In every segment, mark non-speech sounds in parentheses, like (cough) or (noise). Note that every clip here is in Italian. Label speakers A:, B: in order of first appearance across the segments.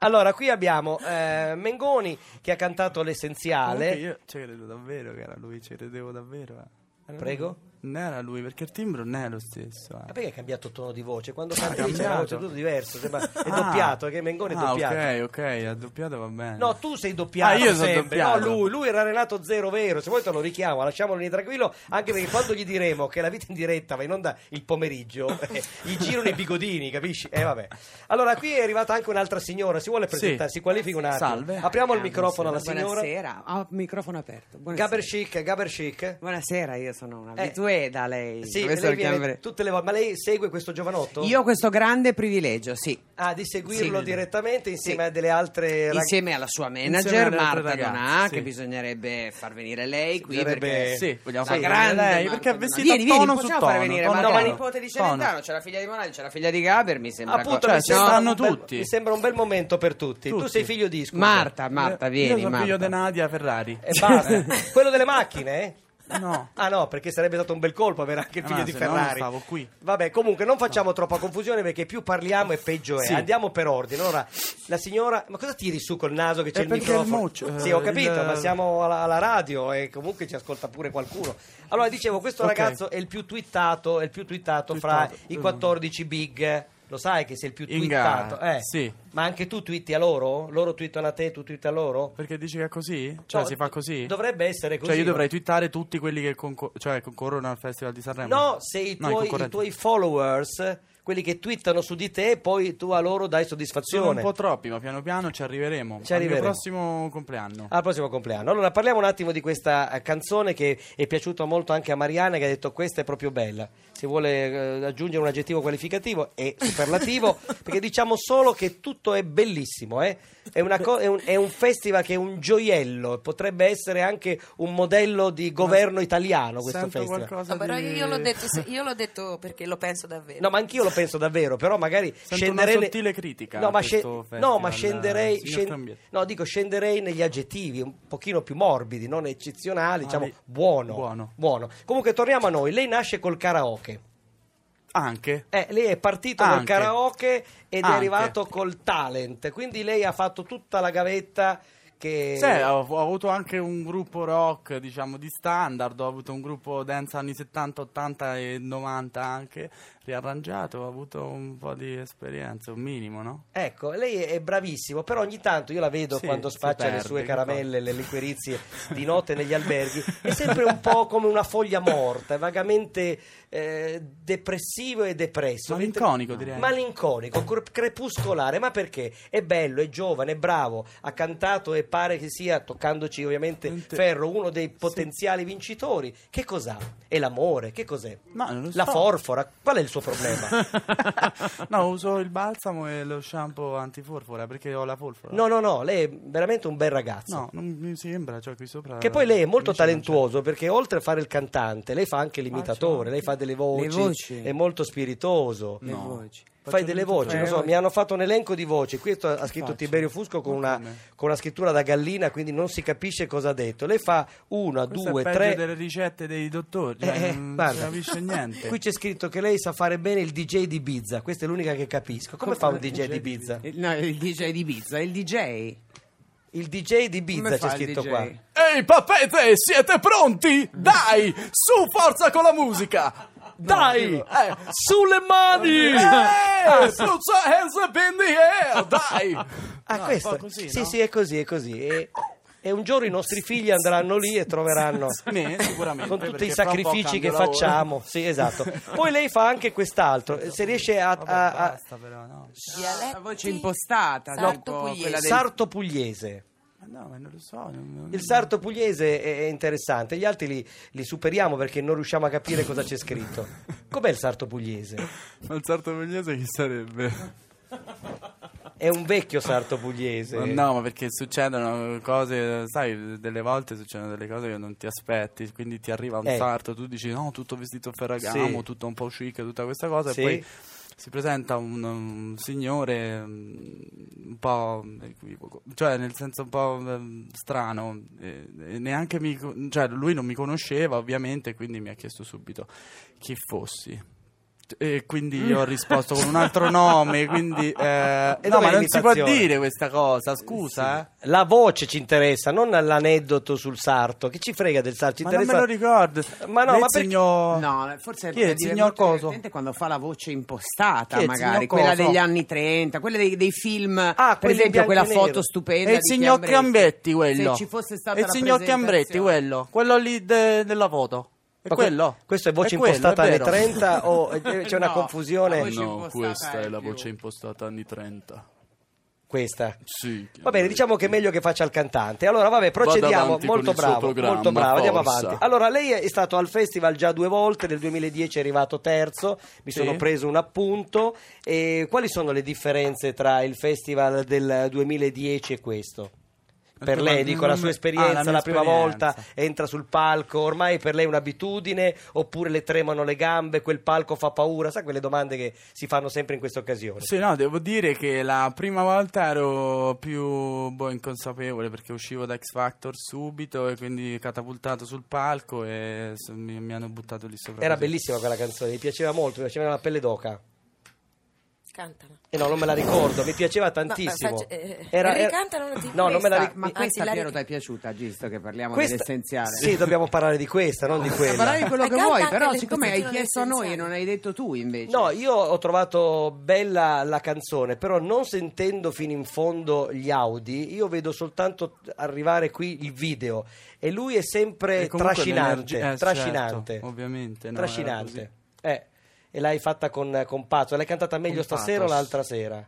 A: Allora, qui abbiamo eh, Mengoni che ha cantato l'essenziale.
B: Comunque Io ci credo davvero che era lui, ci credevo davvero. eh. Era
A: Prego?
B: lui. Non era lui, perché il timbro non è lo stesso. eh.
A: Ma perché hai cambiato tono di voce? Quando canti dice
B: Ah, cambiato.
A: no, c'è tutto diverso, sembra- è
B: Ah.
A: doppiato, è che Mengoni è
B: ah,
A: doppiato.
B: ok, ok, ha doppiato va bene.
A: No, tu sei doppiato.
B: Ah, io sono
A: sempre.
B: doppiato.
A: No, lui, lui era Renato Zero Vero. Se vuoi te lo richiamo, lasciamolo lì tranquillo. Anche perché quando gli diremo che la vita in diretta va in onda il pomeriggio, (laughs) eh, gli girano i bigodini, capisci? Eh, vabbè. Allora, qui è arrivata anche un'altra signora. Si vuole presentare?
B: Sì.
A: Si qualifica un attimo.
B: Salve.
A: Apriamo il
C: Ah,
A: microfono alla
C: buonasera.
A: signora.
C: Buonasera, ho il Ah, microfono aperto. Buonasera.
A: Gaber Chic, Gaber Chic.
C: Buonasera, io sono un
A: Eh.
C: abitué da lei.
A: Sì,
C: professor
A: lei viene
C: Cambre.
A: tutte le volte. Ma lei segue questo giovanotto?
C: Io ho questo grande privilegio, sì.
B: Eh,
A: Ah, di seguirlo
C: Sì.
A: direttamente insieme
C: Sì.
A: a delle altre ragazze.
C: Insieme alla sua
B: Insieme
C: manager
B: alle altre
C: Marta
B: ragazze,
C: Donà,
B: sì.
C: che bisognerebbe far venire lei qui
A: Bisognerebbe-
C: perché
B: Sì, vogliamo
C: la
B: far venire
C: grande
B: lei,
C: Marta
B: perché è
C: Donà.
B: vestita
C: vieni, vieni,
B: tono su
C: possiamo
B: tono,
C: far venire
B: tono,
C: Marta, la
B: tono,
C: nipote di
B: tono.
C: Celentano, c'è la figlia di Monali, c'è la figlia di Gaber, mi
B: Ah,
C: sembra
A: Appunto,
C: cosa-
A: mi
B: ci
C: Cioè, no?
A: sembra un
B: stanno
A: bel-
B: tutti.
A: Mi sembra un bel momento per tutti. Tu
B: Tutti.
A: sei figlio di scusa.
C: Marta, Ah, Marta, vieni,
B: Io sono
C: Marta.
B: figlio di Nadia Ferrari.
A: E
C: (laughs)
A: basta. Quello delle macchine? eh?
B: No.
A: Ah no, perché sarebbe stato un bel colpo avere anche il figlio
B: Ah,
A: di
B: se no non
A: Ferrari.
B: stavo qui.
A: Vabbè, comunque non facciamo troppa confusione perché più parliamo e peggio è.
B: Sì.
A: Andiamo per ordine. Allora, la signora, ma cosa tiri su col naso che c'è
B: Eh,
A: il
B: perché è il
A: microfono?
B: moccio,
A: sì,
B: eh,
A: ho capito,
B: il-
A: ma siamo alla, alla radio e comunque ci ascolta pure qualcuno. Allora, dicevo, questo
B: Ok.
A: ragazzo è il più twittato, è il più twittato, fra
B: Twittato.
A: i
B: Mm.
A: 14 big. Lo sai che sei il più
B: In
A: twittato?
B: gara,
A: Eh.
B: sì.
A: Ma anche tu twitti a loro? Loro twittano a te, tu twitti a loro?
B: Perché dici che è così? Cioè,
A: No,
B: si fa così?
A: Dovrebbe essere così.
B: Cioè, io dovrei twittare tutti quelli che concor- cioè, concorrono al Festival di Sanremo.
A: No, se i
B: No,
A: tuoi, i
B: concorrenti.
A: tuoi followers, quelli che twittano su di te, poi tu a loro dai
B: Sono un
A: soddisfazione.
B: po' troppi, ma piano piano ci arriveremo.
A: Ci
B: Al
A: arriveremo.
B: mio prossimo compleanno.
A: Al prossimo compleanno. Allora parliamo un attimo di questa eh, canzone che è piaciuta molto anche a Mariana che ha detto questa è proprio bella. Se vuole eh, aggiungere un aggettivo qualificativo e
B: (laughs)
A: superlativo perché diciamo solo che tutto è bellissimo. eh. È, una co- è un, è un festival che è un gioiello, potrebbe essere anche un modello di governo italiano questo
B: Sento
A: festival.
B: qualcosa
D: No, però
B: di-
D: io l'ho,
C: (laughs)
D: detto, se- io l'ho detto perché lo penso davvero.
A: No, ma anch'io lo penso davvero, però magari
B: Sento una
A: scenderei. ne-
B: sottile critica
A: No,
B: a
A: ma, sce-
B: questo festival,
A: no, ma scenderei.
B: eh, signor
A: scen-
B: Cambietto.
A: no, dico scenderei negli aggettivi un pochino più morbidi, non eccezionali,
B: Ah,
A: diciamo
B: lì-
A: buono,
B: buono.
A: Comunque torniamo a noi. Lei nasce col karaoke.
B: Anche.
A: Eh, lei è partito col
B: Anche.
A: karaoke ed è
B: Anche.
A: arrivato col talent, quindi lei ha fatto tutta la gavetta che
B: Sì, ho, ho avuto anche un gruppo rock, diciamo, di standard, ho avuto un gruppo dance anni 70, 80 e 90 anche, riarrangiato, ho avuto un po' di esperienza, un
A: (laughs)
B: minimo, no?
A: Ecco, lei è bravissimo, però ogni tanto io la vedo
B: Sì,
A: quando
B: si
A: spaccia le
B: perde,
A: sue
B: che
A: caramelle,
B: cosa.
A: le
B: (laughs)
A: liquirizie di notte negli alberghi, è sempre un po' come una foglia morta, è vagamente eh, depressivo e depresso. mentre-
B: Malinconico, direi.
A: Malinconico, cre- crepuscolare, ma perché? È bello, è giovane, è bravo, ha cantato e pare che sia, toccandoci ovviamente
B: Ente-
A: Ferro, uno dei potenziali vincitori. Che cos'ha? È l'amore, che cos'è?
B: Ma non lo so.
A: La forfora, qual è il suo
B: (laughs)
A: problema?
B: no, uso il balsamo e lo shampoo antiforfora perché ho la folfora.
A: No, no, no, lei è veramente un bel ragazzo.
B: No, non mi sembra, cioè qui sopra... cioè,
A: Che poi lei è molto
B: invece non c'è. Ah,
A: talentuoso perché oltre a fare il cantante, lei fa anche l'imitatore,
B: c'è-
A: lei fa delle voci,
C: voci.
A: è molto spiritoso.
C: Le voci.
A: Fai delle voci, non so, mi hanno fatto un elenco di voci. Questo ha scritto
B: faccio?
A: Tiberio Fusco con una,
B: Ma come?
A: con una scrittura da gallina, quindi non si capisce cosa ha detto. Lei fa una,
B: Questo
A: due,
B: è peggio
A: tre.
B: delle ricette dei dottori, cioè,
A: Eh, eh,
B: non si
A: guarda.
B: capisce niente.
A: Qui c'è scritto che lei sa fare bene il DJ di Bizza, questa è l'unica che capisco. Come fa un DJ di Bizza?
C: Eh, No, il DJ di Ibiza, il DJ.
A: Il DJ di Bizza
C: Come
A: c'è
C: fa il
A: scritto
C: DJ?
A: qua.
B: Ehi papete, siete pronti? Dai, su forza con la musica! Dai, eh, sulle mani! Eh, put your hands up in the air, dai!
A: Ah,
B: No,
A: questo?
B: un po' così,
A: sì,
B: no?
A: sì, è così, è così. E, e un giorno i nostri figli andranno lì e troveranno.
B: Me,
A: (laughs)
B: sicuramente,
A: Con tutti
B: perché
A: i
B: fra un po'
A: sacrifici che
B: cambio lavoro.
A: facciamo, sì, esatto. Poi lei fa anche quest'altro. eh, Se riesce a.
B: Vabbè,
A: a- a-
B: basta però, no.
D: Dialetti,
C: La voce impostata,
D: Sarto
C: tipo
D: Pugliese.
C: quella del-
A: sarto pugliese.
B: Ma no, ma non lo so. non- non-
A: Il sarto pugliese è è interessante, gli altri li, li superiamo perché non riusciamo a capire cosa c'è scritto. Com'è il sarto pugliese?
B: Ma il sarto pugliese chi sarebbe?
A: è un vecchio sarto pugliese.
B: Ma No, ma perché succedono cose, sai, delle volte succedono delle cose che non ti aspetti, quindi ti arriva un
A: Eh.
B: sarto, tu dici no, tutto vestito a Ferragamo,
A: Sì.
B: tutto un po' chic, tutta questa cosa,
A: Sì.
B: e poi si presenta un, un signore mm, un po' equivoco, cioè nel senso un po' mm, strano, e- e neanche mi, co- cioè lui non mi conosceva ovviamente, quindi mi ha chiesto subito chi fossi. E quindi io ho risposto con un altro nome, quindi... eh,
A: Mm. (laughs) E
B: no,
A: dov'è
B: ma non si può
A: l'imitazione?
B: dire questa cosa, scusa, eh.
A: La voce ci interessa, non l'aneddoto sul sarto. Che ci frega del sarto? Ci
B: Ma non
A: interessa...
B: me lo ricordo.
A: Ma no,
B: Del
A: ma perché-
B: signor-
C: No, forse
B: Chi è il
C: dire
B: signor
C: molto
B: Coso?
C: divertente quando fa la voce
B: Chi
C: impostata,
B: è il
C: magari
B: signor
C: quella
B: Coso? Ah,
C: degli anni 30, quella dei, dei film, per
A: quelli in
C: esempio
A: bianco e
C: quella
A: nero.
C: foto stupenda
B: E il
C: di
B: signor Chiambretti, quello.
C: Se ci fosse stata
B: E il
C: la
B: signor Chiambretti,
C: presentazione.
B: quello. Quello lì de- della foto. È
A: Ma que-
B: quello.
A: Questo è voce
B: quello,
A: impostata
B: è
A: alle
B: vero.
A: 30
B: (laughs)
A: o eh, c'è una
C: No,
A: confusione?
C: la voce- No, impostata questa è è la più. voce
B: impostata anni 30.
A: Questa.
B: Sì.
A: Va bene, diciamo che è meglio che faccia il cantante. Allora, vabbè,
B: Vada
A: procediamo.
B: avanti con
A: Molto
B: il suo
A: bravo,
B: programma,
A: molto bravo, andiamo
B: forza.
A: avanti. Allora, lei è stato al festival già due volte, nel 2010 è arrivato terzo, mi
B: Sì.
A: sono preso un appunto. E quali sono le differenze tra il festival del 2010 e questo? Per
B: Ma
A: lei,
B: non
A: dico, la
B: mi-
A: sua
B: ah,
A: esperienza,
B: la
A: la,
B: mia
A: prima
B: esperienza.
A: volta entra sul palco, ormai per lei è un'abitudine, oppure le tremano le gambe, quel palco fa paura, sai quelle domande che si fanno sempre in questa occasione.
B: Sì, no, devo dire che la prima volta ero più boh, inconsapevole perché uscivo da X Factor subito e quindi catapultato sul palco e s- mi, mi hanno buttato lì sopra.
A: Era
B: così.
A: bellissima quella canzone, mi piaceva molto, mi piaceva la pelle d'oca.
D: Cantala.
A: E no, non me la ricordo, mi piaceva tantissimo.
D: faccio- eh, ricantala una di
A: No, non me la ricordo.
D: questa,
C: Ma
D: Anzi,
C: questa
D: la-
C: Piero ti è piaciuta, visto che parliamo dell'essenziale.
A: Sì, dobbiamo parlare di questa, non
D: (laughs)
A: di
C: Parlare di
A: quella.
C: quello che
D: Ma canta
C: vuoi,
D: anche
C: però
D: le
C: siccome hai
D: impostazioni
C: chiesto a noi e
D: essenziali.
C: non hai detto tu invece.
A: No, io ho trovato bella la canzone, però non sentendo fino in fondo gli Audi, io vedo soltanto arrivare qui il video e lui è sempre
B: E comunque
A: trascinante,
B: l'energia- eh,
A: trascinante.
B: certo, ovviamente, no, era
A: trascinante. Eh, e l'hai fatta con, con Pazzo, l'hai cantata meglio
B: Con
A: stasera o
B: pathos.
A: l'altra sera?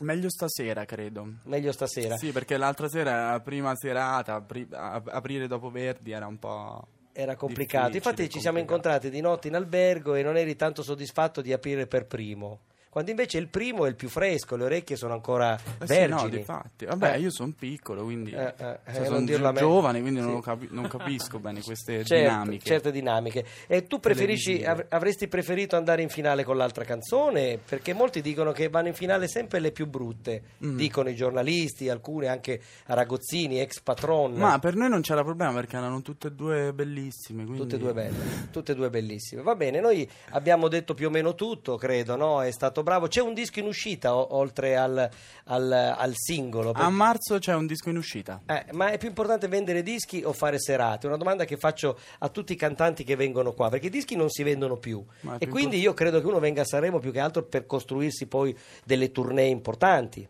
B: Meglio stasera, credo.
A: Meglio stasera.
B: Sì, perché l'altra sera, prima serata, apri- a- aprire dopo Verdi era un po'.
A: Era complicato.
B: difficile,
A: Infatti, ci siamo
B: complicato.
A: incontrati di notte in albergo e non eri tanto soddisfatto di aprire per primo. Quando invece il primo è il più fresco, le orecchie sono ancora
B: Eh sì,
A: vergini.
B: no, di fatti. Vabbè,
A: Eh,
B: io sono piccolo, quindi
A: Eh, eh, eh, non
B: sono
A: dirlo a me.
B: giovane, quindi
A: Sì.
B: non, lo capi- non
A: (laughs)
B: capisco bene queste
A: certo,
B: dinamiche.
A: Certe dinamiche. E tu preferisci,
B: Televisive.
A: av- avresti preferito andare in finale con l'altra canzone? Perché molti dicono che vanno in finale sempre le più brutte,
B: Mm.
A: dicono i giornalisti, alcune anche Ragozzini, ex patron.
B: Ma per noi non c'era problema perché erano tutte e due bellissime. Quindi...
A: Tutte e due belle, tutte e due bellissime. Va bene, noi abbiamo detto più o meno tutto, credo, no? È stato bravo. C'è un disco in uscita o- oltre al, al- al singolo.
B: A marzo c'è un disco in uscita.
A: Eh, ma è più importante vendere dischi o fare serate? È Una domanda che faccio a tutti i cantanti che vengono qua, perché i dischi non si vendono più.
B: Ma è
A: E
B: più
A: quindi io credo che uno venga a Sanremo più che altro per costruirsi poi delle tournée importanti.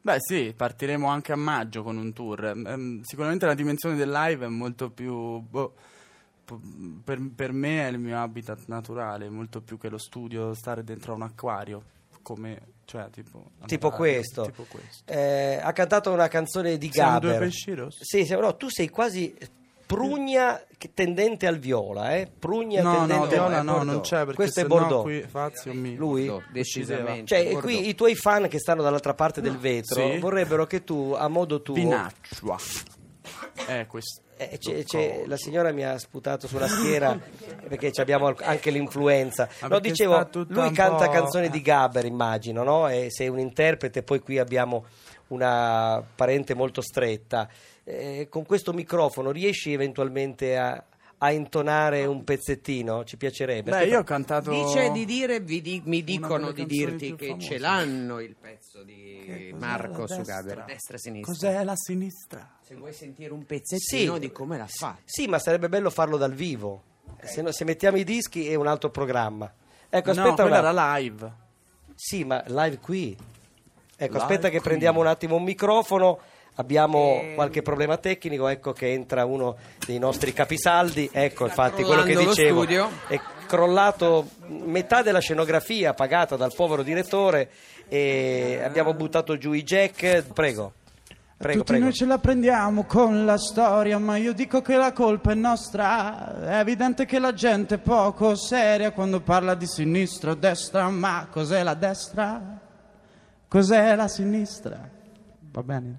B: Beh, sì, partiremo anche a maggio con un tour. Ehm, sicuramente la dimensione del live è molto più. boh, p- per, per me è il mio habitat naturale, molto più che lo studio, stare dentro a un acquario. Come, cioè, tipo,
A: Tipo
B: andare-
A: questo.
B: tipo questo.
A: Eh, ha cantato una canzone di
B: Siamo
A: Gaber.
B: due pesci rossi.
A: Sì, siamo- no, tu sei quasi prugna che- tendente al viola, eh? Prugna
B: No,
A: tendente
B: no,
A: al
B: Viola
A: eh,
B: no,
A: Bordeaux.
B: non c'è perché
A: Questo è
B: sennò
A: Bordeaux.
B: qui Fazio mi...
A: Lui?
C: Bordeaux, decisamente.
A: Cioè, e
C: Bordeaux.
A: qui i tuoi fan che stanno dall'altra parte del vetro
B: Sì.
A: vorrebbero che tu, a modo tuo,
B: Pinaccia. Eh, questo.
A: Eh, c'è- c'è- la signora mi ha sputato sulla
B: (laughs)
A: schiena perché ci abbiamo al- anche l'influenza. No,
B: Ma perché
A: dicevo,
B: sta tutta
A: lui
B: un
A: canta
B: po'- eh.
A: canzoni di Gaber, immagino, no? E sei un interprete, poi qui abbiamo una parente molto stretta. Eh, con questo microfono riesci eventualmente a, a intonare un pezzettino? Ci piacerebbe.
B: Beh,
A: Aspetta.
B: io ho cantato...
C: Dice di dire, vi di- mi
B: Una
C: dicono
B: delle
C: di
B: canzoni
C: dirti
B: più
C: che
B: famose.
C: ce l'hanno il pezzo
B: Che
C: di
B: cos'è
C: Marco
B: la
C: su
B: destra?
C: Gaber, destra sinistra.
B: Cos'è la sinistra?
C: Se vuoi sentire un pezzettino di come l'ha fatta.
A: Sì, ma sarebbe bello farlo dal vivo. Se, no- se mettiamo i dischi è un altro programma. Ecco,
B: no,
A: aspetta un
B: quella
A: attimo.
B: era live.
A: Sì, ma live qui. Ecco,
B: Live
A: aspetta che
B: qui.
A: prendiamo un attimo un microfono. Abbiamo
C: Eh.
A: qualche problema tecnico, ecco che entra uno dei nostri capisaldi, ecco infatti quello che
C: crollando lo
A: dicevo,
C: studio.
A: è crollato metà della scenografia pagata dal povero direttore e abbiamo buttato giù i jack, prego, prego,
E: Tutti
A: prego.
E: noi ce la prendiamo con la storia, ma io dico che la colpa è nostra. È evidente che la gente è poco seria quando parla di sinistra o destra, ma cos'è la destra?
B: Cos'è la sinistra? Va bene.